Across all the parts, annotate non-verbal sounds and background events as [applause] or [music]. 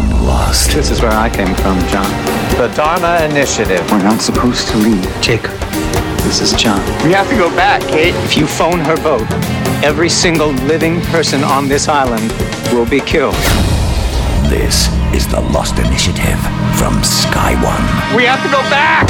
past. This is where I came from, John. The Dharma Initiative. We're not supposed to leave. Jake, This is John. we have to go back, Kate. If you phone her vote, every single living person on this island will be killed. This is the Lost Initiative from Sky One. We have to go back!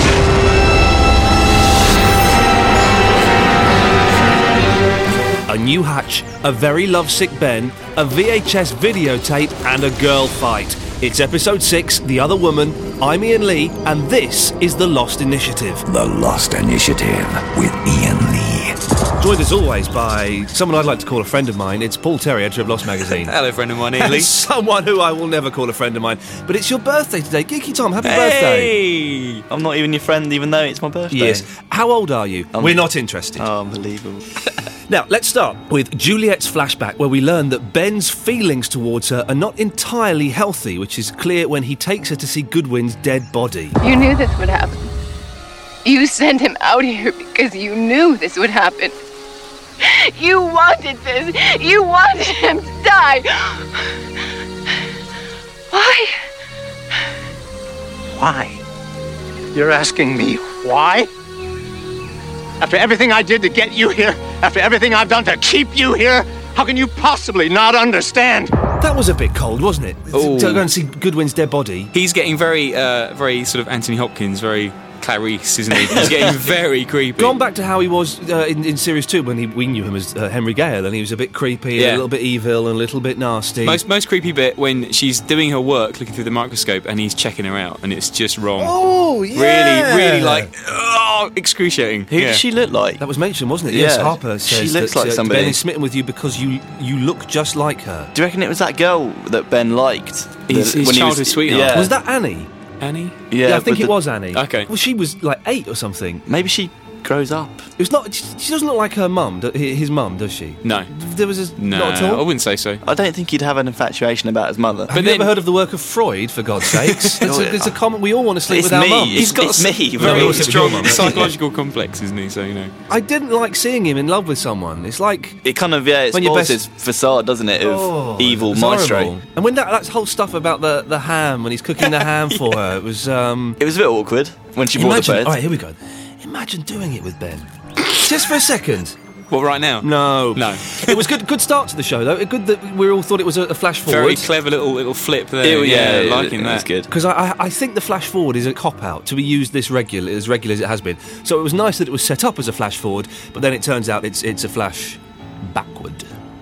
a new hatch, a very lovesick Ben, a VHS videotape, and a girl fight. It's episode 6, The Other Woman. I'm Ian Lee, and this is The Lost Initiative. The Lost Initiative with Ian Lee. Joined as always by someone I'd like to call a friend of mine. It's Paul Terry, editor of Lost Magazine. Hello, friend of mine, Ian [laughs] Lee. And someone who I will never call a friend of mine. But it's your birthday today. Geeky Tom, happy birthday. Hey! I'm not even your friend, even though it's my birthday. Yes. How old are you? We're not interested. Oh, unbelievable. Now, let's start with Juliet's flashback, where we learn that Ben's feelings towards her are not entirely healthy, which is clear when he takes her to see Goodwin's dead body. You knew this would happen. You sent him out here because you knew this would happen. You wanted this. You wanted him to die. Why? Why? You're asking me why? After everything I did to get you here, after everything I've done to keep you here, how can you possibly not understand? That was a bit cold, wasn't it? Ooh. To go and see Goodwin's dead body. He's getting very, uh, very sort of Anthony Hopkins, very Clarice, isn't he? He's getting very creepy. Gone back to how he was uh, in, in series two when he, we knew him as uh, Henry Gale, and he was a bit creepy, and Yeah. a little bit evil, and a little bit nasty. Most most creepy bit when she's doing her work, looking through the microscope, and he's checking her out, and it's just wrong. oh, yeah. Really, really like, oh, excruciating. Who Yeah. does she look like? That was mentioned, wasn't it? Yeah. Yes, Harper She says looks that, like uh, somebody. Ben is smitten with you because you you look just like her. Do you reckon it was that girl that Ben liked? His- The- his when he childhood sweetheart. Uh, Yeah. Was that Annie? Annie? Yeah, I think with it the- was Annie. Okay. Well, she was like eight or something. Maybe she grows up. It was not. She she doesn't look like her mum. do- hi- His mum, does she? No. There was a, No, not at Oh, I all. wouldn't say so. I don't think he'd have an infatuation about his mother. Have But you then- ever heard of the work of Freud? For God's [laughs] sakes, it's, a, it's a common. We all want to sleep Oh, It's with our me. mum. He's got It's me, a but very it's strong your mum. psychological complex, isn't he? So you know. I didn't like seeing him in love with someone. It's like It kind of yeah, it When your spoils his best- facade, doesn't it, of oh, evil it was maestro. horrible. And when that that whole stuff about the the ham when he's cooking [laughs] the ham for her, it was um. It was a bit awkward when she brought the Imagine. bread. All right, here we go. Imagine doing it with Ben. Just for a second. Well, right now. No. No. it was good. Good start to the show, though. It Good that we all thought it was a, a flash forward. Very clever little little flip there. Ew, oh, yeah, it- liking it that. was good. Because I, I, I think the flash forward is a cop out to be used this regular as regular as it has been. So it was nice that it was set up as a flash forward, but then it turns out it's it's a flash backward.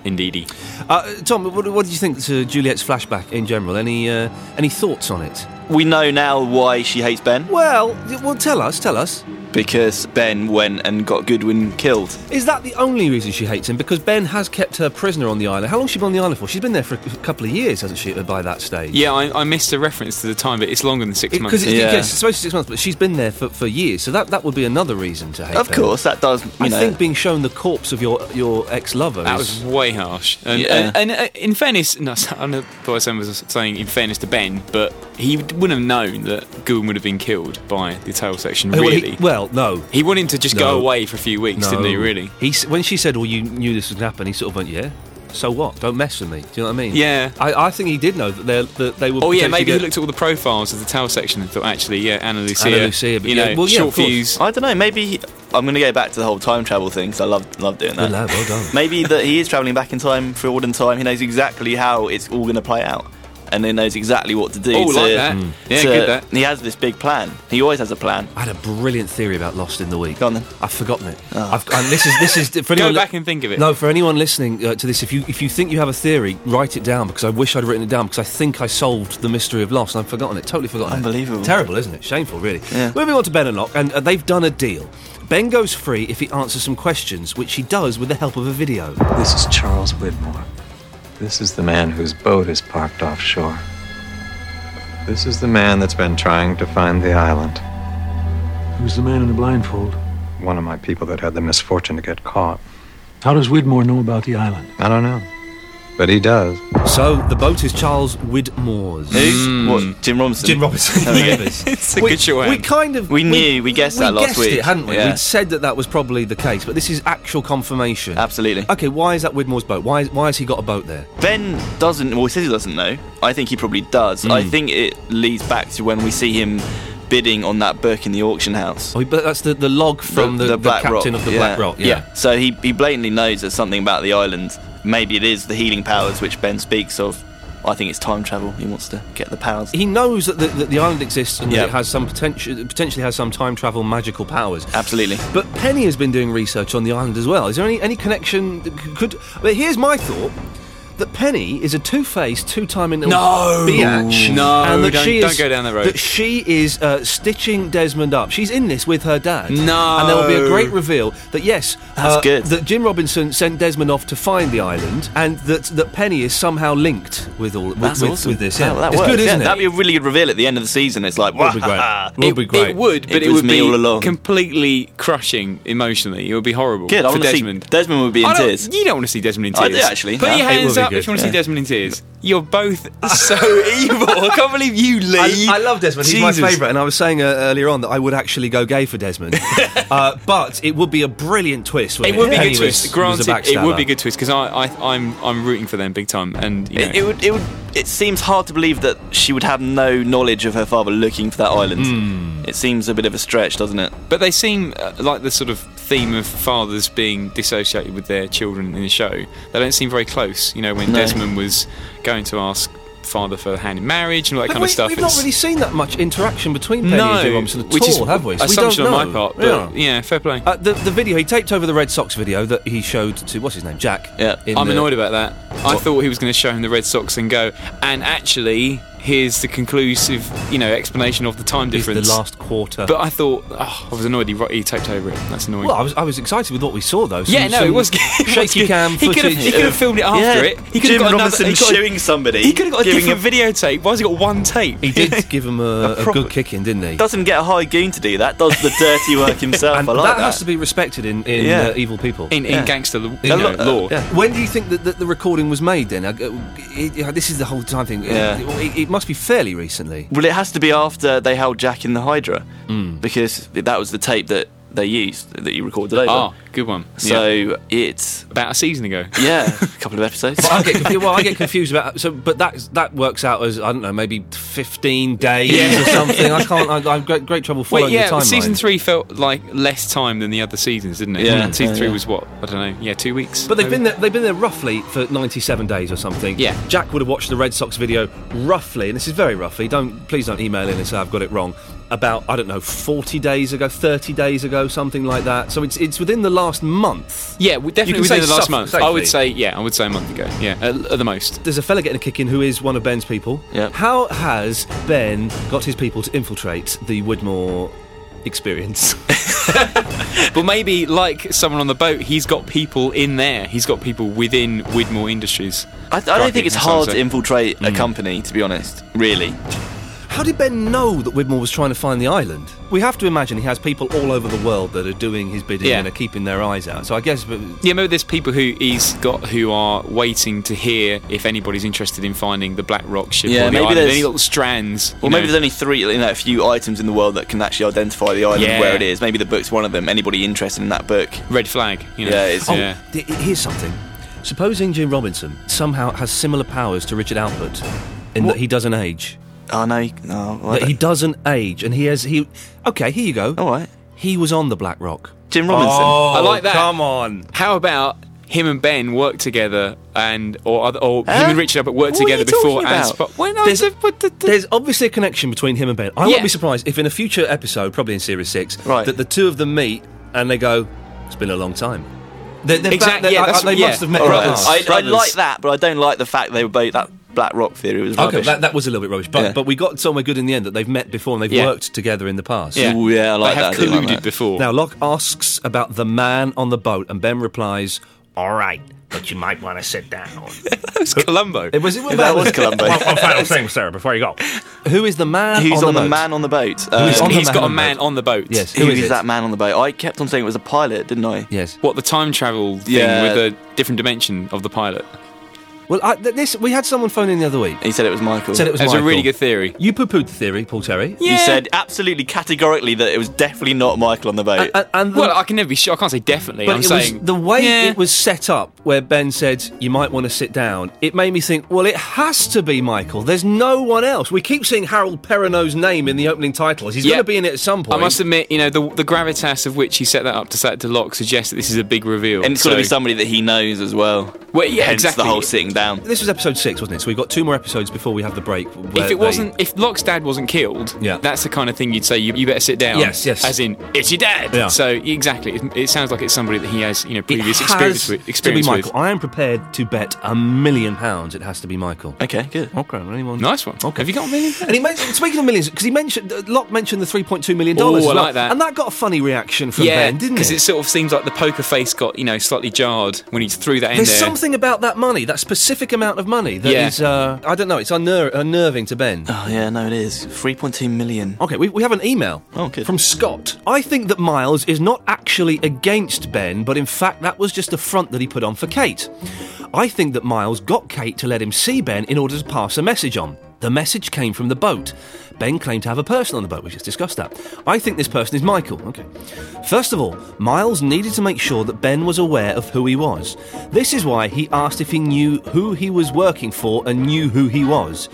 Indeedy. Uh, Tom, what, what did you think to Juliet's flashback in general? Any uh, any thoughts on it? We know now why she hates Ben Well, y- well, tell us, tell us. because Ben went and got Goodwin killed. Is that the only reason she hates him? Because Ben has kept her prisoner on the island. How long's she been on the island for? She's been there for a couple of years, hasn't she? By that stage. Yeah, I, I missed a reference to the time, but it's longer than six months. Because it's, Yeah. yes, it's supposed to be six months, but she's been there for, for years, so that, that would be another reason to hate Of Ben. course, that does you I know. think being shown the corpse of your, your ex lover That is. was way harsh. And, Yeah. and, and, uh, in fairness, no, [laughs] I don't know what I was saying in fairness to Ben, but he wouldn't have known that Goon would have been killed by the tail section, Well, he- really. He, Well, no. wanted him to just No. go away for a few weeks, no. didn't he, really? He, s- when she said, Well, you knew this would happen, he sort of went, Yeah. So what? Don't mess with me. Do you know what I mean? Yeah. I, I think he did know that, they're- that they were. Oh, yeah, maybe he looked at all the profiles of the tail section and thought, actually, yeah, Anna Lucia. Anna Lucia, but you yeah, know, well, yeah, of short course. fuse. I don't know. Maybe he- I'm going to go back to the whole time travel thing. 'cause I love love doing Good that. lad, well done. Maybe that he is traveling back in time, forward in time. He knows exactly how it's all going to play out, and he knows exactly what to do. Oh, to, like that. Mm. Yeah, to- good that. He has this big plan. He always has a plan. I had a brilliant theory about Lost in the week. Go on then. I've forgotten it. I've, and this is this is [laughs] for anyone. Oh. back and think of it. No, for anyone listening uh, to this, if you if you think you have a theory, write it down because I wish I'd written it down because I think I solved the mystery of Lost and I've forgotten it. Totally forgotten. it. Unbelievable. Terrible, isn't it? Shameful, really. Moving on to Ben and Locke, and uh, they've done a deal. Ben goes free if he answers some questions, which he does with the help of a video. This is Charles Whitmore. This is the man whose boat is parked offshore. This is the man that's been trying to find the island. Who's the man in the blindfold? One of my people that had the misfortune to get caught. How does Widmore know about the island? I don't know. But he does. So the boat is Charles Widmore's. Who? Hmm. What? Jim Robinson. Jim Robinson. It's a good shorthand. we kind of eh? We knew, we guessed that last guessed week. it, hadn't we? Yeah. We'd said that that was probably the case, but this is actual confirmation. Absolutely. Okay, why is that Widmore's boat? Why why has he got a boat there? Ben doesn't, well, he says he doesn't know. I think he probably does. I Hmm. think it leads back to when we see him bidding on that book in the auction house. Oh, but that's the, the log from the, the, Black captain Rock, of the yeah. Black Rock. Yeah. So he, he blatantly knows there's something about the island. Maybe it is the healing powers which Ben speaks of. I think it's time travel. He wants to get the powers. He knows that the, that the island exists and Yeah. that it has some potential, potentially has some time travel magical powers. Absolutely. But Penny has been doing research on the island as well. Is there any, any connection? that c- Could well, here's my thought. That Penny is a two-faced, two-time in No! biatch, No, and that don't- she don't is- go down that road. That she is uh, stitching Desmond up. She's in this with her dad. No. and there will be a great reveal that yes, uh, That's good. That Jim Robinson sent Desmond off to find the island, and that that Penny is somehow linked with all with, That's with, awesome. with this. Yeah, That, that it's works, good, yeah. isn't it? That'd be a really good reveal at the end of the season. It's like, would be great. "Wah-ha-ha." Would be great. It would, but It it, was would be me all along. completely crushing emotionally. It would be horrible Good. I for want to see Desmond. Desmond would be in I don't- tears. You don't want to see Desmond in tears. I do, actually. Put Yeah. your It hands will be up good. if you want to see Desmond in tears. You're [laughs] both so evil. I can't believe you, Lee. I, I love Desmond. He's my Jesus. favourite, and I was saying uh, earlier on that I would actually go gay for Desmond, uh, but it would be a brilliant twist. It wouldn't would be a Penny good was- twist. was a Granted, it would backstabber. be a good twist because I, I, I'm, I'm rooting for them big time. And you know, It, it would. It would. It seems hard to believe that she would have no knowledge of her father looking for that island. It seems a bit of a stretch, doesn't it? But they seem uh, like the sort of theme of fathers being dissociated with their children in the show. They don't seem very close. You know, when No. Desmond was going to ask father for a hand in marriage and all that But kind we, of stuff. We've not it's- really seen that much interaction between Penny no, and Jim Robinson at which all, is have we? So we assumption don't on know. my part, but yeah, fair play. Uh, the, the video he taped over the Red Sox video that he showed to what's his name Jack. Yeah. in I'm the- annoyed about that. I thought he was going to show him the Red Sox and go, and actually, here's the conclusive, you know, explanation of the time is the difference. last quarter. But I thought, oh, I was annoyed he, ro- he taped over it. That's annoying. well, I was I was excited with what we saw though. Some- yeah, no, some it was [laughs] good. It was shaky good. cam He could have footage. he could have filmed it after it. He could Jim have got Robinson another, he could have- shooting somebody. He could have got a giving different videotape. Why has he got one tape? He did give [laughs] him a, a, proper- good kick in, didn't he? Doesn't get a high goon to do that. Does the dirty [laughs] work himself? and I like that. has to be respected in, in Yeah. uh, evil people. in, in Yeah. gangster l- you know, A lot- uh, law. Yeah. When do you think that, that the recording was made? Then I go- it- yeah, this is the whole time thing. Yeah. It, it- it must be fairly recently. Well, it has to be Hmm. after they held Jack in the Hydra because that was the tape that they used that you recorded over. Ah, good one. So Yeah. it's about a season ago. [laughs] yeah, a couple of episodes. I get confused, well, I get confused about so, but that that works out as I don't know, maybe fifteen days or something. I can't. I, I've got great trouble following Wait, yeah, the timeline. season three felt like less time than the other seasons, didn't it? Yeah. season Yeah, three yeah. was what I don't know. Yeah, two weeks. But they've been maybe? there, they've been there roughly for 97 days or something. Oh. Yeah. Jack would have watched the Red Sox video roughly, and this is very roughly. Don't please don't email in and say I've got it wrong. About I don't know 40 days ago, 30 days ago, something like that. So it's it's within the last month. Yeah, we definitely can within say the last suff- month. I safely. would say, yeah, I would say a month ago. Yeah, at, at the most. There's a fella getting a kick in who is one of Ben's people. Yeah. How has Ben got his people to infiltrate the Woodmore experience? [laughs] But maybe, like someone on the boat, he's got people in there. He's got people within Widmore Industries. I, I don't think it's That's what I'm hard to saying. infiltrate a company, to be honest. Really, How did Ben know that Widmore was trying to find the island? We have to imagine he has people all over the world that are doing his bidding Yeah. and are keeping their eyes out. So I guess but Yeah, maybe there's people who he's got who are waiting to hear if anybody's interested in finding the Black Rock ship. Yeah, or the maybe island. there's- any little strands. Well, you maybe know. there's only three, you know, a few items in the world that can actually identify the island Yeah. where it is. Maybe the book's one of them. Anybody interested in that book? red flag. You know. Yeah, it's- Oh, yeah. th- here's something. Supposing Jim Robinson somehow has similar powers to Richard Alpert in that he doesn't age. Oh no, he- no. well, I That he don't- doesn't age, and he has he. Okay, here you go. All right, Oh, He was on the Black Rock. Jim Robinson. I like that. Come on. How about him and Ben work together, and or other, or him and Richard Abbott work What are together you before talking and about? Spock? Well, no, There's- it's a- what the- the- There's obviously a connection between him and Ben. I won't Yeah. be surprised if in a future episode, probably in series six, Right. that the two of them meet and they go, "It's been a long time." They're, they're Exact- They, yeah, I- that's- uh, they yeah. must have met. All in the right. past. I, I Brothers. like that, but I don't like the fact they were both that Black Rock theory was rubbish. Okay, that, that was a little bit rubbish, but Yeah. but we got somewhere good in the end that they've met before and they've Yeah. worked together in the past. yeah. Ooh, yeah, I like they have that, I do like colluded that. before. Now, Locke asks about the man on the boat, and Ben replies, All right, but you might want to sit down. that was Columbo. "It was it that was Columbo. One final thing, sir, before you go. who is the man Who's on, on the, boat? man on the boat? Who's Uh, on the He's man got a on the man boat. on the boat. Yes, who is, it? that man on the boat? I kept on saying it was a pilot, didn't I? Yes. What the time travel thing Yeah. with a different dimension of the pilot? Well, I, th- this we had someone phone in the other week. He said it was Michael. Said it was That's a Michael. really good theory. You poo-pooed the theory, Paul Terry. You said absolutely categorically that it was definitely not Michael on the boat. And, and the, Well, I can never be sure. I can't say definitely. but I'm it saying was the way Yeah. it was set up, where Ben said you might want to sit down. It made me think. Well, it has to be Michael. There's no one else. We keep seeing Harold Perrineau's name in the opening titles. He's Yeah. going to be in it at some point. I must admit, you know, the, the gravitas of which he set that up to set to lock suggests that this is a big reveal. and it's got to be somebody that he knows as well. Well, yeah, Hence exactly. the whole sitting down. This was episode six, wasn't it? So we've got two more episodes before we have the break. where If they- it wasn't, if Locke's dad wasn't killed, Yeah. that's the kind of thing you'd say. You, you better sit down. Yes, yes. As in, it's your dad. Yeah. So exactly, it, it sounds like it's somebody that he has, you know, It previous has experience with. Experience to be with. Michael. I am prepared to bet a million pounds it has to be Michael. Okay, good. Okay, anyone? Nice one. Okay. Have you got a million? And he mentioned, speaking of millions, because he mentioned uh, Locke mentioned the three point two million Ooh, dollars, I like that. and that got a funny reaction from yeah, Ben, didn't Because it? it sort of seems like the poker face got you know slightly jarred when he threw that in There's there. something about that money, that specific amount of money, that is Yeah. uh, I don't know, it's unner- unnerving to Ben. Oh yeah, no, it is. 3.2 million. Okay, we, we have an email Oh, good. from Scott. I think that Miles is not actually against Ben, but in fact, that was just a front that he put on for Kate. I think that Miles got Kate to let him see Ben in order to pass a message on. The message came from the boat. Ben claimed to have a person on the boat, we just discussed that. I think this person is Michael. Okay. First of all, Miles needed to make sure that Ben was aware of who he was. This is why he asked if he knew who he was working for and knew who he was.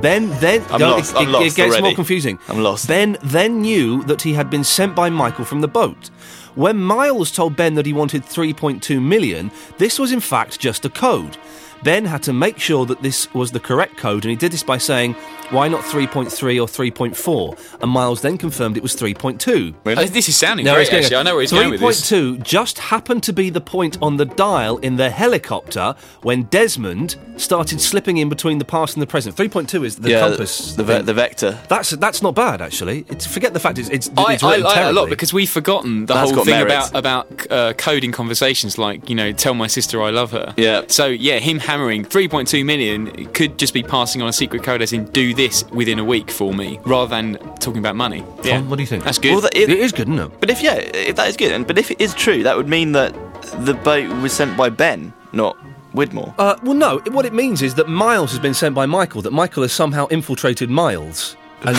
Ben then I'm Don't- lost. It, I'm it lost gets more already. confusing. I'm lost. Ben then knew that he had been sent by Michael from the boat. When Miles told Ben that he wanted 3.2 million, this was in fact just a code. Ben had to make sure that this was the correct code, and he did this by saying, "Why not 3.3 or 3.4?" And Miles then confirmed it was 3.2. Uh, This is sounding No, great. it's going- actually, I know where he's going with this. 3.2 just happened to be the point on the dial in the helicopter when Desmond started slipping in between the past and the present. 3.2 is the yeah, compass. The, ve- thing. the vector. That's that's not bad actually. It's forget the fact it's it's, I, it's I written like that a lot terribly. because we've forgotten the That's whole got thing merit. about about uh, coding conversations, like you know, tell my sister I love her. Yeah. So yeah, him hammering 3.2 million could just be passing on a secret code, as in do this within a week for me, rather than talking about money. yeah. what do you think? That's good. Well, that is- it is good, isn't it? But if yeah, if that is good, and but if it is true, that would mean that the boat was sent by Ben, not Widmore. Uh, well, no. it- What it means is that Miles has been sent by Michael. That Michael has somehow infiltrated Miles. And,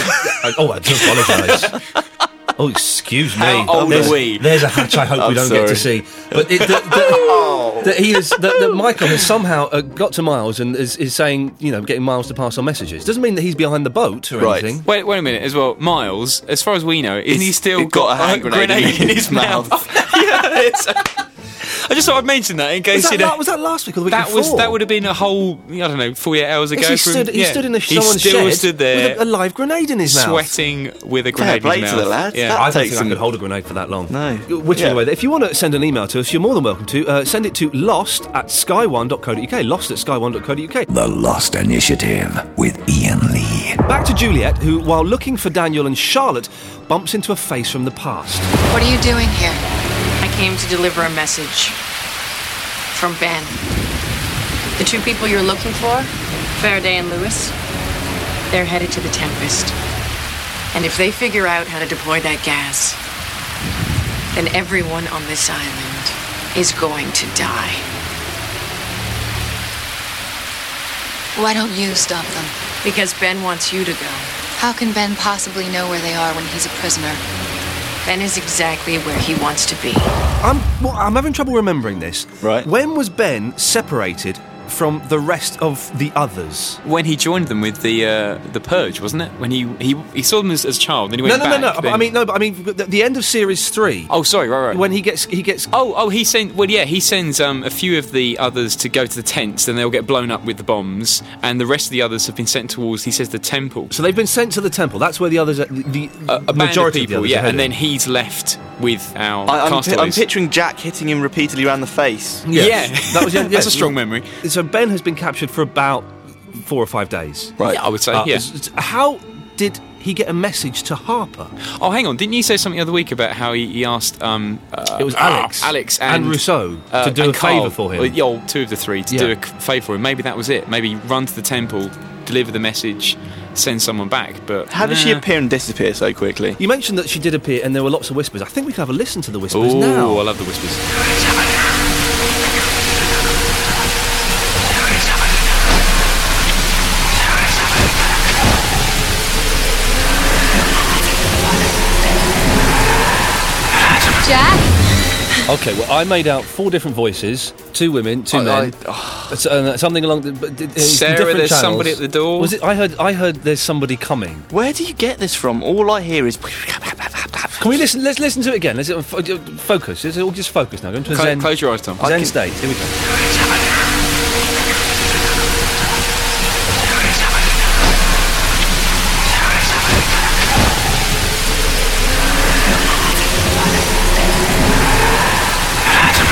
oh, [laughs] I do apologise. [laughs] Oh, excuse me. How old there's, are we? There's a hatch I hope we I'm don't get to see. But it, that, that, [laughs] that he is that, that Michael has somehow uh, got to Miles and is, is saying, you know, getting Miles to pass on messages. Doesn't mean that he's behind the boat or Right. anything. Wait, wait a minute. As well, Miles. As far as we know, isn't he He's- still he's got a hand grenade in his mouth. [laughs] yeah, it's- I just thought I'd mention that in case Was that, you know. la- was that last week or the week [laughs] that before? was that would have been a whole I don't know 48 hours ago. Yes, he from- stood, he yeah. stood in the He someone's still shed stood there. with a, a live grenade in his mouth. sweating with a grenade play in his to mouth. the lad. Yeah. That I don't takes think I some- could hold a grenade for that long. No. Which, Yeah. by the way, if you want to send an email to us, you're more than welcome to. Uh, send it to lost at sky1.co.uk. Lost at sky1.co.uk. The Lost Initiative with Ian Lee. Back to Juliet, who, while looking for Daniel and Charlotte, bumps into a face from the past. What are you doing here? I came to deliver a message from Ben. The two people you're looking for, Faraday and Lewis, They're headed to the Tempest. And if they figure out how to deploy that gas, then everyone on this island is going to die. why don't you stop them? Because Ben wants you to go. How can Ben possibly know where they are when he's a prisoner? Ben is exactly where he wants to be. I'm, well, I'm having trouble remembering this. Right. When was Ben separated from the rest of the others? When he joined them with the uh, the purge, wasn't it? When he he, he saw them as, as a child, then he No, went no, back. no, no. then- I mean, no, but I mean, the, the end of series three. oh, sorry, right, right. When he gets, he gets. Oh, oh, he sent. Well, yeah, he sends um, a few of the others to go to the tents, then they'll get blown up with the bombs, and the rest of the others have been sent towards. He says the temple. So they've been sent to the temple. That's where the others, are, the, A, a the band of majority of, people, the others are yeah, and headed. then he's left with our I, I'm, pi- castaways. I'm picturing Jack hitting him repeatedly around the face. Yes. Yeah, That [laughs] was- yeah, that's yeah. a strong memory. So Ben has been captured for about four or five days. Right. Yeah, I would say. Uh, yeah. s- s- How did he get a message to Harper? Oh, hang on. Didn't you say something the other week about how he, he asked? Um, uh, It was Alex. Alex And and, uh, Rousseau to do a and Carl, favour for him. Or, yeah, or two of the three to Yeah. do a c- favour for him. Maybe that was it. Maybe run to the temple, deliver the message, send someone back. But Mm. How does she Nah. appear and disappear so quickly? You mentioned that she did appear, and there were lots of whispers. I think we can have a listen to the whispers Ooh, now. I love the whispers. There is heaven. Okay, well, I made out four different voices: two women, two I- men, I- It's, uh, something along. The, but it- it's Sarah, different there's channels. somebody at the door. Was it? I heard. I heard. There's somebody coming. Where do you get this from? All I hear is. Can we listen? Let's listen to it again. Let's uh, fo- uh, focus. Let's all just focus now. Go into a Close- zen. close your eyes, Tom. I Zen can- state. Here we go.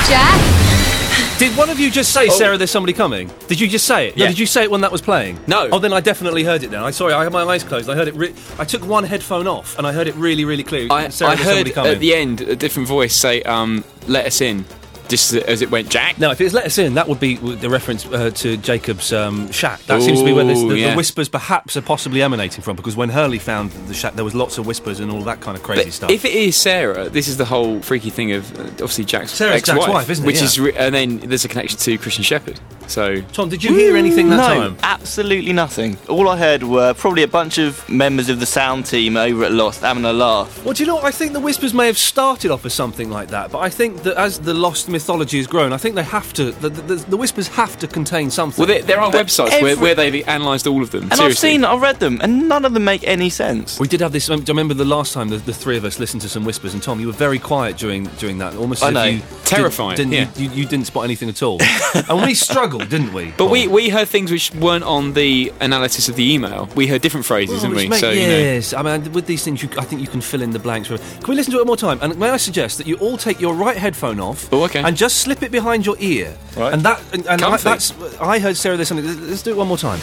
Jack? Did one of you just say, Sarah, there's somebody coming? Did you just say it? No, Oh. Yeah. did you say it when that was playing? No. Oh, then I definitely heard it now. I sorry, I had my eyes closed. I heard it. Re- I took one headphone off and I heard it really, really clearly. I, Sarah, I there's heard somebody coming. at the end a different voice say, um, "Let us in," just as- as it went, Jack. Now, if it's let us in, that would be w- the reference uh, to Jacob's um, shack. That seems to be where this, Ooh, the, yeah. the whispers perhaps are possibly emanating from, because when Hurley found the shack, there was lots of whispers and all that kind of crazy But stuff. If it is Sarah, this is the whole freaky thing of uh, obviously Jack's Sarah's ex-wife, Jack's wife, isn't it? Which Yeah. is, re- and then there's a connection to Christian Shepherd. So, Tom, did you hear anything that no, time? absolutely nothing. All I heard were probably a bunch of members of the sound team over at Lost having a laugh. Well, do you know? what? I think the whispers may have started off as something like that, but I think that as the lost mythology has grown, I think they have to. The, the, the whispers have to contain something. well, there, there are But websites where, every- where they've analysed all of them. And I've seriously. seen, I've read them, and none of them make any sense. We did have this. I remember the last time the, the three of us listened to some whispers, and Tom, you were very quiet during during that. Almost I as if know. you Terrifying, Didn't, yeah. didn't, you, you, you didn't spot anything [laughs] at all, and we struggled, didn't we? But we, we heard things which weren't on the analysis of the email. We heard different phrases, Well, didn't we? which make- so you know. Oh, yes, I mean, with these things, you, I think you can fill in the blanks. Can we listen to it one more time? And may I suggest that you all take your right headphone off, Oh, okay. and just slip it behind your ear, Right. and that and, and I, Comfy. that's I heard Sarah. There's something. Let's do it one more time.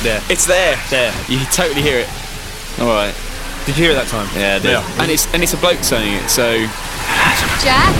There. It's there. There. You totally hear it. All right. Did you hear it that time? Yeah, I did. And it's and it's a bloke saying it, so Jack?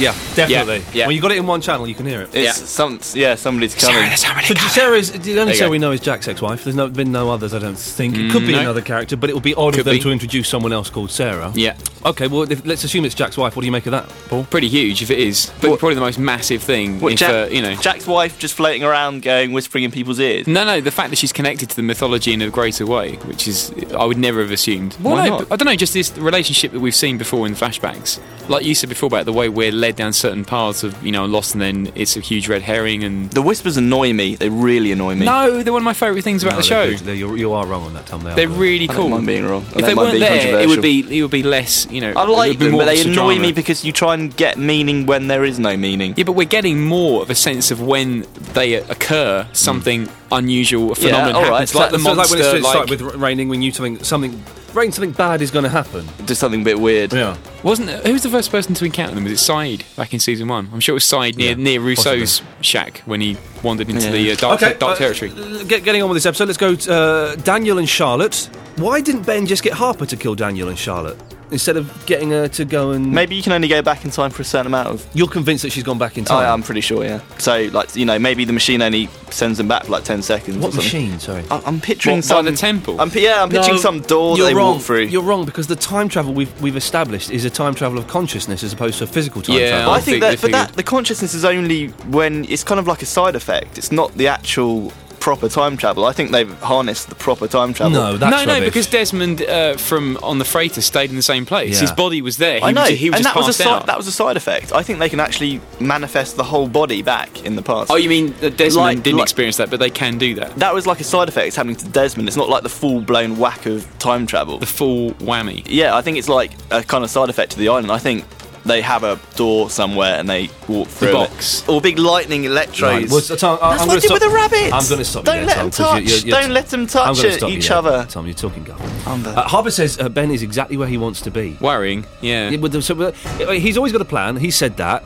Yeah, definitely. Yeah. When you got it in one channel, you can hear it. It's some, yeah, somebody's coming. So Sarah's the only you Sarah go. we know is Jack's ex-wife. There's no, been no others, I don't think. It could Mm, be no. another character, but it would be odd of Could them be. to introduce someone else called Sarah. yeah, Okay, well, if, let's assume it's Jack's wife. What do you make of that, Paul? pretty huge if it is. But probably the most massive thing. What, if, Jack- uh, you know. Jack's wife just floating around, going whispering in people's ears. No, no, the fact that she's connected to the mythology in a greater way, which is I would never have assumed. Why Well, no, not? I don't know, just this relationship that we've seen before in flashbacks. Like you said before about the way we're led down certain paths of, you know, Lost and then it's a huge red herring and The whispers annoy me. They really annoy me. No, they're one of my favourite things about No, the they're show. good. They're- you're- you are wrong on that, Tom. They are They're good. really I don't cool. mind being wrong. I If don't they mind weren't being there, it would controversial. be it would be less, you know. I it would like be them, more but they of a annoy drama. me because you try and get meaning when there is no meaning. Yeah, but we're getting more of a sense of when they occur, something unusual, a Yeah, phenomenon all right, happens, so like the that's So it's like monster, when it's like- like with r- raining, when you something something rain, something bad is going to happen. Just something a bit weird. Yeah. Wasn't who was the first person to encounter them? Was it Said back in season one? I'm sure it was Said near Yeah, near Rousseau's shack when he wandered into the uh, dark, dark territory. uh, get, getting on with this episode, let's go to uh, Daniel and Charlotte. Why didn't Ben just get Harper to kill Daniel and Charlotte instead of getting her to go and? Maybe you can only go back in time for a certain amount of. You're convinced that she's gone back in time. I, I'm pretty sure, yeah. So, like, you know, maybe the machine only sends them back for like 10 seconds. What or something. machine? Sorry. I- I'm picturing What, by some the temple? I'm, pi- yeah, I'm picturing No, some door that you're they wrong. walk through. You're wrong because the time travel we've, we've established is a time travel of consciousness as opposed to a physical time Yeah. travel. But I I think think that, they but that figured- the consciousness is only when it's kind of like a side effect. It's not the actual proper time travel. I think they've harnessed the proper time travel. No, that's no, no, rubbish. because Desmond uh, from on the freighter stayed in the same place. Yeah. His body was there. He I know, Was, he was and just that was a passed side, out. that was a side effect. I think they can actually manifest the whole body back in the past. oh, you mean that Desmond Like- didn't like- experience that, but they can do that. that was like a side effect it's happening to Desmond. It's not like the full blown whack of time travel. The full whammy. Yeah, I think it's like a kind of side effect to the island. I think they have a door somewhere and they walk through it. box. or big lightning electrodes. Right, well, so, Tom, I- That's I'm what gonna I did with stop- the rabbits. I'm going to stop Don't you there, let Tom, them 'cause touch. You're, you're, Don't let them I'm touch gonna it- stop you each there, other. Tom, you're talking guff. Unbelievable. Uh, Harper says uh, Ben is exactly where he wants to be. Worrying. Yeah. Yeah, but the- so, uh, he's always got a plan. He said that.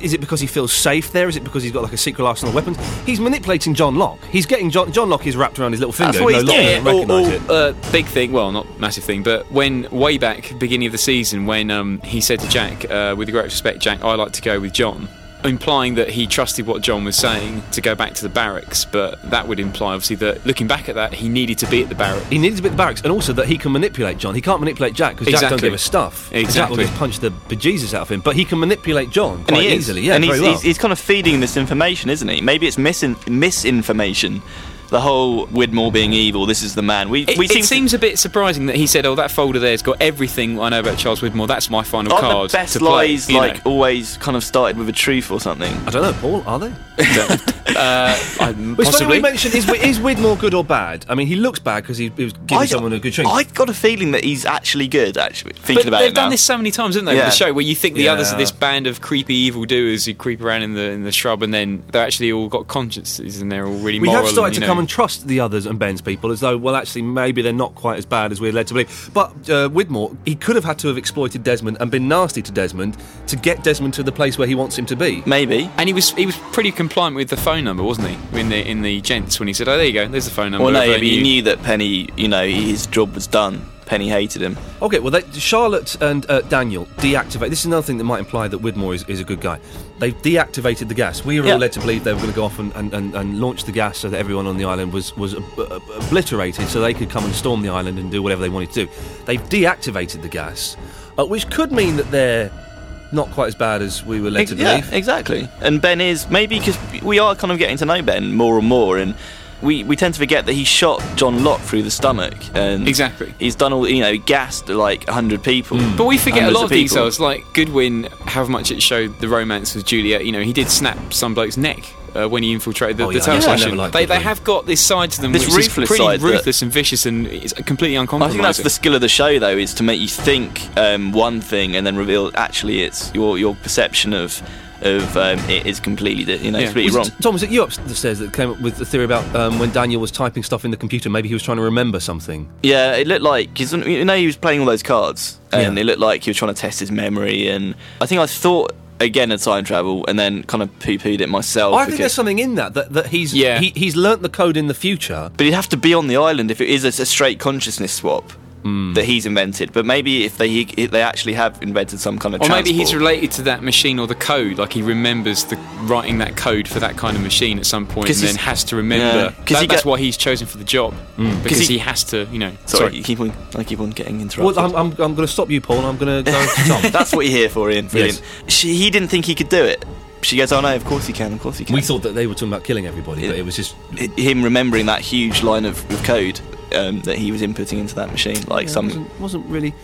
Is it because he feels safe there? Is it because he's got like a secret arsenal of weapons? He's manipulating John Locke. He's getting John. John Locke is wrapped around his little finger. That's what no he's Locke doing. doesn't Yeah, Or- recognise or, it. uh, big thing, well, not massive thing, but when way back beginning of the season, when um, he said to Jack, uh, with great respect, Jack, I like to go with John, implying that he trusted what John was saying to go back to the barracks, but that would imply obviously that looking back at that, he needed to be at the barracks. He needs a bit of barracks, and also that he can manipulate John. He can't manipulate Jack because Jack don't Exactly. give a stuff. Jack will Exactly. just punch the bejesus out of him. But he can manipulate John And quite he is. easily. Yeah, and very he's, well. he's, he's kind of feeding this information, isn't he? Maybe it's misin- misinformation. the whole Widmore being evil. This is the man. We It, we it seem to- seems a bit surprising that he said, "Oh, that folder there's got everything I know about Charles Widmore. That's my final Aren't card." the best to play," lies you know. like always kind of started with a truth or something? I don't know, Paul. Are [laughs] they? uh, I, It's funny possibly. we mentioned is, Wi- is Widmore good or bad? I mean, he looks bad because he, he was giving I- someone a good drink. I've got a feeling that he's actually good. Actually, thinking But about they've it done now. this so many times, haven't they? Yeah. With the show where you think the others are Yeah. this band of creepy evildoers who creep around in the in the shrub, and then they're actually all got consciences and they're all really we moral. have started and, to you know- come and trust the others and Ben's people as though, well, actually, maybe they're not quite as bad as we're led to believe. But uh, Widmore, he could have had to have exploited Desmond and been nasty to Desmond to get Desmond to the place where he wants him to be. Maybe. And he was he was pretty compliant with the phone number, wasn't he? In the in the gents when he said, "Oh, there you go, there's the phone number." Well, no, Everyone but he knew. knew that Penny, you know, his job was done. Penny hated him. Okay, well, they, Charlotte and uh, Daniel deactivate. This is another thing that might imply that Widmore is, is a good guy. They've deactivated the gas. We were Yeah. all led to believe they were going to go off and, and, and, and launch the gas so that everyone on the island was, was ob- ob- obliterated so they could come and storm the island and do whatever they wanted to do. They've deactivated the gas, uh, which could mean that they're not quite as bad as we were led Ex- to yeah, believe. exactly. And Ben is maybe because we are kind of getting to know Ben more and more, and we, we tend to forget that he shot John Locke through the stomach, and exactly Mm. he's done all you know, gassed like hundred people. But we forget a Hundreds lot of people. details, like Goodwin, how much it showed the romance with Juliet. You know, he did snap some bloke's neck uh, when he infiltrated the, Oh, the yeah, tower I never station. liked They, they Goodwin. have got this side to them, This which ruthless is pretty side that- ruthless and vicious, and it's completely I think uncompromising. that's the skill of the show, though, is to make you think um, one thing and then reveal actually it's your your perception of of um, it is completely di- you know completely Was wrong. it- Tom, was it you upstairs that came up with the theory about um, when Daniel was typing stuff in the computer? Maybe he was trying to remember something. Yeah, it looked like cause, you know he was playing all those cards, and it looked like he was trying to test his memory. And I think I thought again of time travel, and then kind of poo pooed it myself. I think because- there's something in that that, that he's Yeah. he, he's learnt the code in the future. But he'd have to be on the island if it is a, a straight consciousness swap Hmm. that he's invented. But maybe if they he, they actually have invented some kind of or maybe he's transport. related to that machine or the code. Like he remembers the writing that code for that kind of machine at some point, 'Cause and then he's- has to remember. Yeah. 'Cause That- he that's got- why he's chosen for the job because 'Cause he, he- has to. You know, Sorry, you keep on, I keep on getting interrupted. Well, I'm, I'm, I'm going to stop you, Paul. and I'm going to go to Tom. That's what you're here [laughs] for, Ian. Brilliant. She, he didn't think he could do it. She goes, "Oh no, of course he can. Of course he can." We thought that they were talking about killing everybody, but it was just him remembering that huge line of, of code um, that he was inputting into that machine, like Yeah, some. it wasn't, wasn't really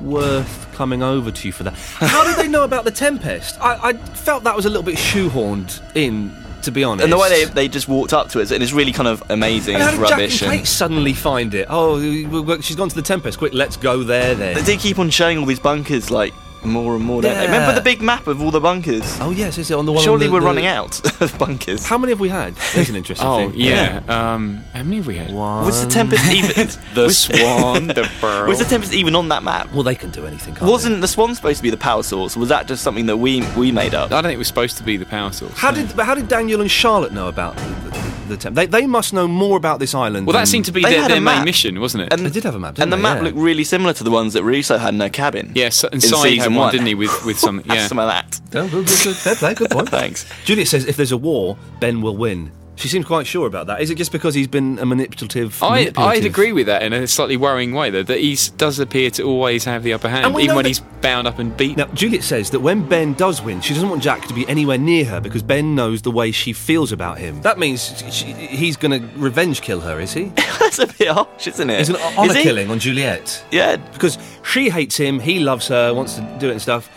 worth coming over to you for that. How did they know about the Tempest? I, I felt that was a little bit shoehorned in, to be honest. And the way they, they just walked up to us, and it's really kind of amazing. And how It's did rubbish. Jack and Kate And suddenly find it? Oh, we- we- she's gone to the Tempest. Quick, let's go there then. they do keep on showing all these bunkers, like more and more. Don't they? Yeah. Remember the big map of all the bunkers? Oh yes, is it on the one? on Surely the- we're the- running out [laughs] of bunkers. How many have we had? That's an interesting [laughs] Oh thing. Um, yeah. Um, how many have we had? One. Was the Tempest [laughs] even? The was- swan, the pearl. Was the Tempest even on that map? Well, they can do anything. Wasn't the swan supposed to be the power source? Was that just something that we we made [laughs] up? I don't think it was supposed to be the power source. How did but how did Daniel and Charlotte know about the, the, the Temp? They, they must know more about this island. Well, that than- seemed to be their, their main mission, wasn't it? they did have a map, didn't And the they? map Yeah. looked really similar to the ones that Russo had in her cabin. Yes, and in Sai had season one, one. didn't he? [laughs] With with some, Have yeah. some of that. No, good, good, good. Fair play, good point. Thanks. Juliet says if there's a war, Ben will win. She seems quite sure about that. Is it just because he's been a manipulative? I, I'd manipulative- agree with that in a slightly worrying way, though, that he does appear to always have the upper hand, And we even know when that- he's bound up and beaten. Now, Juliet says that when Ben does win, she doesn't want Jack to be anywhere near her because Ben knows the way she feels about him. That means she, he's going to revenge kill her, is he? That's a bit harsh, isn't it? He's an Is honour he? killing on Juliet. Yeah. Because she hates him, he loves her, wants to do it and stuff.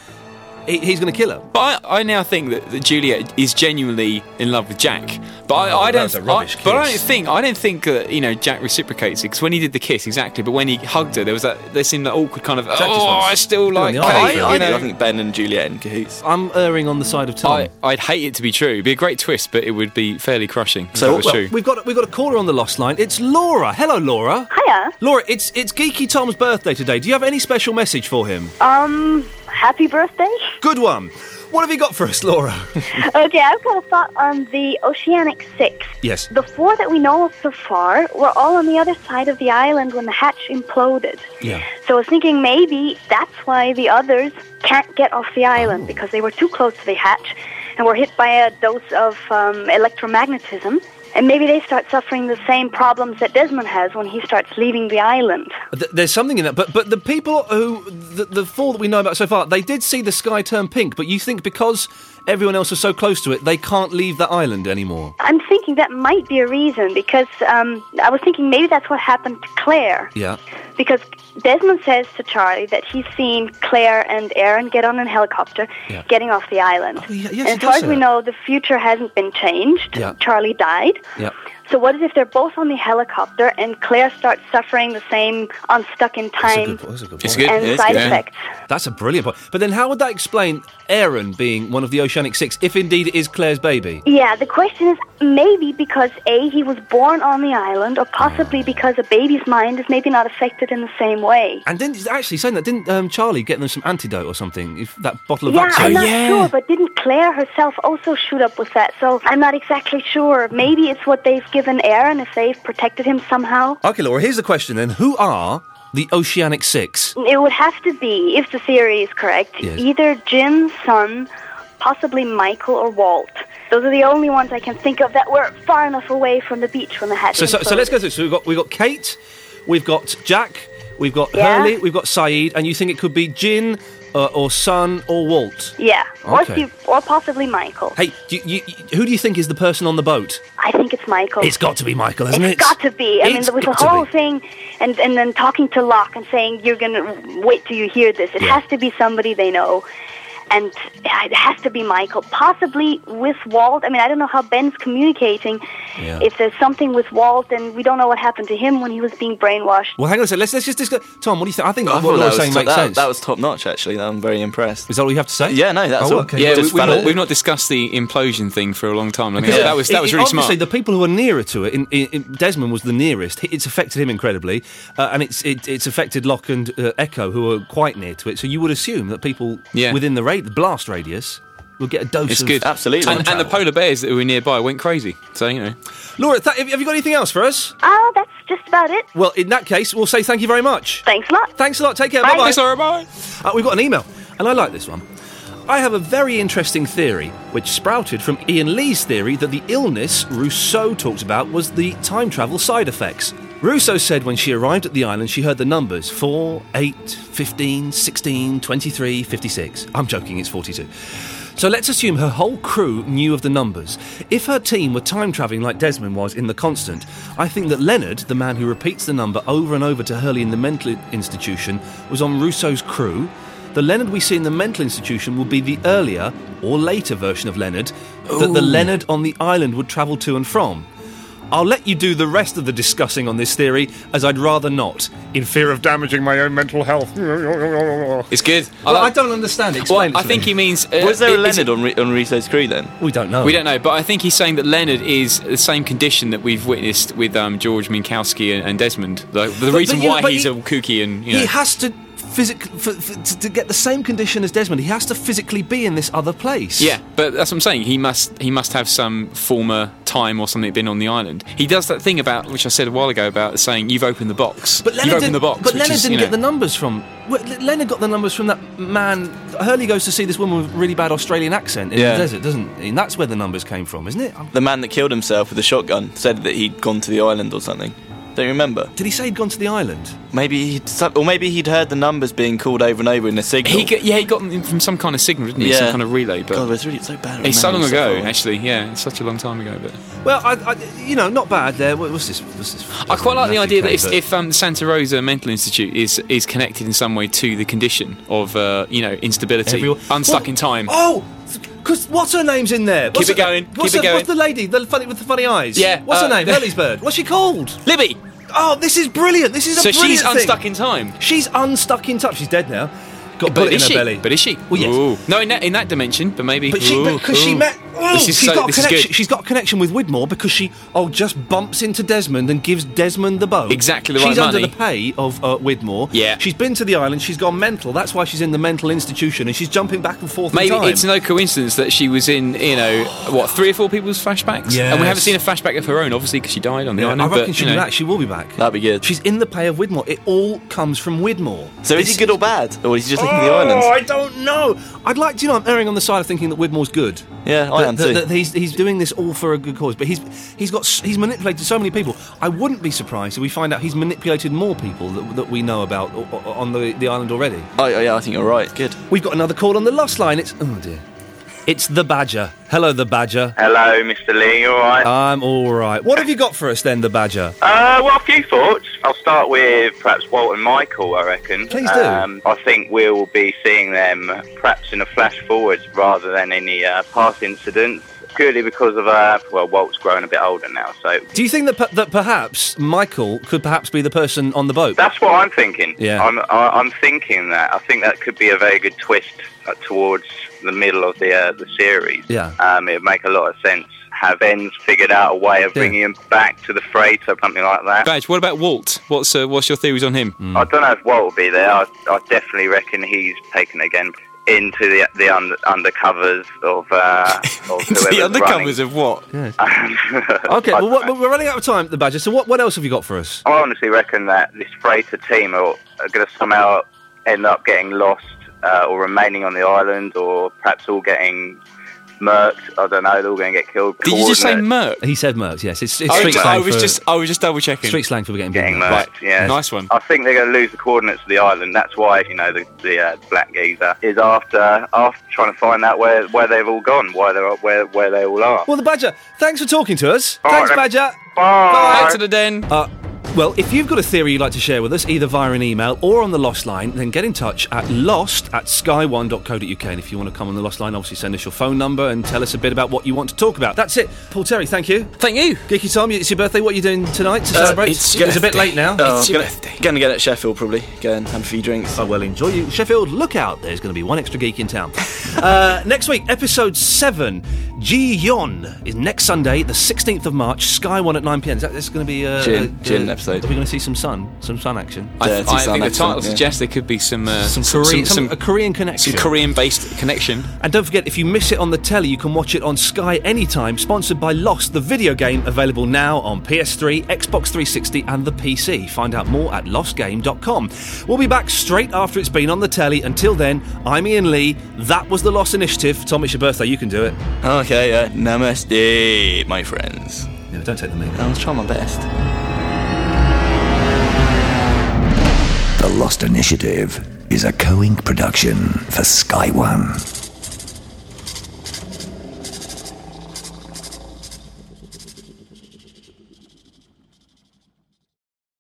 He, he's going to kill her. But I, I now think that, that Juliet is genuinely in love with Jack. But Oh, I, I that don't. was a rubbish I- But I don't kiss. think I don't think that you know Jack reciprocates it because when he did the kiss, exactly. But when he hugged her, there was that there seemed that awkward kind of just oh, wants- I still Good on like the Kate. eyes, you really. I, know. I think Ben and Juliet in cahoots. I'm erring on the side of time. I, I'd hate it to be true. It'd be a great twist, but it would be fairly crushing. if So that was well, true. we've got we've got a caller on the lost line. It's Laura. Hello, Laura. Hiya. Laura, it's it's Geeky Tom's birthday today. Do you have any special message for him? Um, happy birthday. [laughs] Good one. What have you got for us, Laura? okay, I've got a thought on the Oceanic Six. yes. The four that we know of so far were all on the other side of the island when the hatch imploded. Yeah. So I was thinking maybe that's why the others can't get off the island Oh. because they were too close to the hatch and were hit by a dose of um, electromagnetism And maybe they start suffering the same problems that Desmond has when he starts leaving the island. Th- there's something in that, but but the people who the, the four that we know about so far, they did see the sky turn pink. But you think because everyone else was so close to it, they can't leave that island anymore. Uh, I'm thinking that might be a reason because um, I was thinking maybe that's what happened to Claire. Yeah. Because Desmond says to Charlie that he's seen Claire and Aaron get on a helicopter Yeah. Oh, getting off the island. yes, and he as far does as we that. know, the future hasn't been changed. Yeah. Charlie died. Yeah. So what is if they're both on the helicopter and Claire starts suffering the same unstuck in time It's good. and side effects? That's a brilliant point. But then, how would that explain Aaron being one of the Oceanic Six, if indeed it is Claire's baby? Yeah, the question is maybe because A, he was born on the island, or possibly because a baby's mind is maybe not affected in the same way. And didn't actually saying that didn't um, Charlie get them some antidote or something? If that bottle of yeah, vaccine. I'm not sure, but didn't Claire herself also shoot up with that? So I'm not exactly sure. Maybe it's what they've given Aaron if they've protected him somehow. Okay, Laura. Here's the question then: Who are the Oceanic Six? It would have to be, if the theory is correct, Yes. either Jim's son, possibly Michael or Walt. Those are the only ones I can think of that were far enough away from the beach when the hatch So, so, so let's go through. So we've got we've got Kate, we've got Jack, we've got Yeah. Hurley, we've got Saeed, and you think it could be Jin uh, or Son or Walt? Yeah, or, Okay. Steve, or possibly Michael. Hey, do you, you, who do you think is the person on the boat? I think it's Michael. It's got to be Michael, Oh. It's hasn't it? got to be. I mean, It's there was a got to whole thing, and, and then talking to Locke and saying, You're going to wait till you hear this. It Yeah. has to be somebody they know. And it has to be Michael, possibly with Walt. I mean, I don't know how Ben's communicating. Yeah. If there's something with Walt, and we don't know what happened to him when he was being brainwashed. Well, hang on a second. Let's let's just discuss. Tom, what do you think? I think I what thought Laura's Oh, that was, saying top, makes that, sense. that was top notch, actually. I'm very impressed. Is that all you have to say? Yeah, no, that's Oh, all. okay. Yeah, Just we, have found not, it- we've not discussed the implosion thing for a long time. I think Because that was it- that was it- really obviously smart. the people who are nearer to it, in, in, in- Desmond was the nearest. It's affected him incredibly, uh, and it's it, it's affected Locke and uh, Echo, who are quite near to it. So you would assume that people Yeah. within the, ra- the blast radius will get a dose. It's of good, time And, and the travel. polar bears that were nearby went crazy. So you know, Laura, th- have you got anything else for us? Oh, that's just about it. Well, in that case, we'll say thank you very much. Thanks a lot. Thanks a lot. Take care. Bye. Bye bye. Thanks, Laura. Bye. Uh, we've got an email, and I like this one. I have a very interesting theory, which sprouted from Ian Lee's theory that the illness Rousseau talked about was the time travel side effects. Rousseau said when she arrived at the island, she heard the numbers 4, 8, 15, 16, 23, 56. I'm joking, it's 42. So let's assume her whole crew knew of the numbers. If her team were time travelling like Desmond was in The Constant, I think that Leonard, the man who repeats the number over and over to Hurley in the mental institution, was on Rousseau's crew. The Leonard we see in the mental institution will be the earlier or later version of Leonard that the Ooh. Leonard on the island would travel to and from. I'll let you do the rest of the discussing on this theory, as I'd rather not, in fear of damaging my own mental health. it's good. Well, like- I don't understand. Explain Well, it I to think me. he means. uh, Was there a is- Leonard on, Re- on Riso's crew then? We don't know. We don't know, but I think he's saying that Leonard is the same condition that we've witnessed with um, George Minkowski and, and Desmond. The, the But- reason but you- why but he's he- all kooky and you know, He has to physic for, for, to, to get the same condition as Desmond. He has to physically be in this other place. yeah, but that's what I'm saying. He must he must have some former time or something been on the island. He does that thing about which I said a while ago about saying you've opened the box. But Leonard you've didn't, opened the box. but which Leonard is, didn't you know- get the numbers from. well, Le- Leonard got the numbers from that man. Hurley goes to see this woman with a really bad Australian accent in Yeah. the desert, doesn't he? And that's where the numbers came from, isn't it? The man that killed himself with a shotgun said that he'd gone to the island or something. Don't you remember? Did he say he'd gone to the island? Maybe he'd, su- or maybe he'd heard the numbers being called over and over in a signal. He got, yeah, he got them from some kind of signal, didn't he? Yeah. Some kind of relay. But God, it's really so bad. at it's so long remembering ago, stuff like actually. Yeah, it's such a long time ago. But Well, I, I, you know, not bad there. What- What's this? What's this I quite like the Nothing idea that came, if, but- if um, Santa Rosa Mental Institute is is connected in some way to the condition of uh, you know instability, Everyone- unstuck What? in time. Oh, because what's her name's in there? What's Keep it her- going, What's keep her- it going. What's the lady? The funny with the funny eyes. Yeah, What's uh, her name? Hurley's bird. What's she called? Libby. Oh, this is brilliant. This is a so she's brilliant thing. unstuck in time. She's unstuck in time. She's dead now. Got a But bullet in is her she? belly. But is she? Well, yes. Ooh. No, in that, in that dimension, but maybe. But she, Ooh, because she ooh. met. Oh, This is she's so- got a this is connection. good. She's got a connection with Widmore because she oh just bumps into Desmond and gives Desmond the bow. Exactly the she's right under money. the pay of uh, Widmore. Yeah. She's been to the island. She's gone mental. That's why she's in the mental institution and she's jumping back and forth. in Maybe time. it's no coincidence that she was in, you know, what three or four people's flashbacks, and we haven't Yes. seen a flashback of her own, obviously, because she died on the Yeah, island. I reckon but, she'll you be know. back. She will be back. That'd be good. She's in the pay of Widmore. It all comes from Widmore. So is he good or bad, or is he just taking the island? Oh, I don't know. I'd like to, you know, I'm erring on the side of thinking that Widmore's good. Yeah, I That- am that- too. that he's, he's doing this all for a good cause, but he's he's got s- he's manipulated so many people. I wouldn't be surprised if we find out he's manipulated more people that, that we know about o- o- on the, the island already. Oh, yeah, I think you're right. Good. We've got another call on the lost line. It's oh dear, it's the Badger. Hello, the Badger. Hello, Mr. Lee. You all right? I'm all right. What have you got for us then, the Badger? Uh, well, a few thoughts. I'll start with perhaps Walt and Michael, I reckon. Please do. Um, I think we will be seeing them perhaps in a flash forwards rather than in the uh, past incidents, purely because of, uh, well, Walt's grown a bit older now, so Do you think that per- that perhaps Michael could perhaps be the person on the boat? That's what I'm thinking. Yeah. I'm, I, I'm thinking that. I think that could be a very good twist uh, towards the middle of the uh, the series. Yeah. Um, it would make a lot of sense. Have ends figured out a way of bringing him back to the freight or something like that. Badge, what about Walt? What's uh, what's your theories on him? I don't know if Walt will be there. I, I definitely reckon he's taken again into the the under, undercovers of uh, [laughs] of [laughs] whoever's running. of what? [laughs] Okay, well, what, we're running out of time, the Badger. So what, what else have you got for us? I honestly reckon that this freighter team are, are going to somehow end up getting lost uh, or remaining on the island or perhaps all getting murked. I don't know, they're all going to get killed. Coordinate- Merc? He said Mercs, yes. It's, it's I street was, slang Oh, uh, I was for- just I was just double checking. street slang for getting, getting murked, yeah. Nice one. I think they're going to lose the coordinates of the island. That's why, you know, the, the uh, black geezer is after after trying to find out where, where they've all gone, why they're, where, where they all are. Well, the Badger, thanks for talking to us. All thanks, right, Badger. Bye. Back to the den. Uh, well, if you've got a theory you'd like to share with us, either via an email or on the Lost Line, then get in touch at lost at sky1.co.uk. And if you want to come on the Lost Line, obviously send us your phone number and tell us a bit about what you want to talk about. That's it. Paul Terry, thank you. Thank you. Geeky Tom, it's your birthday. What are you doing tonight to Uh, celebrate? a bit late now. Oh, I'm gonna, gonna get it at Sheffield probably. Go and have a few Oh, drinks. I will enjoy you. Sheffield, look out. There's going to be one extra geek in [laughs] town. uh, next week, episode 7, Ji Yon, is next Sunday, the 16th of March, Sky 1 at 9 pm. Is that, that's going to be a. Gin- a- gin a- episode. Are we going to see some sun? Some sun action? Uh, I, th- I think the title yeah. suggests there could be some uh, Some Korean- some- a Korean connection. some Korean-based connection. And don't forget, if you miss it on the telly, you can watch it on Sky anytime, sponsored by Lost, the video game available now on PS3, Xbox 360, and the PC. Find out more at lostgame.com. We'll be back straight after it's been on the telly. Until then, I'm Ian Lee. That was the Lost Initiative. Tom, it's your birthday. You can do it. Okay, yeah. Namaste, my friends. No, don't take the meat. I was trying my best. The Lost Initiative is a co-ink production for Sky One.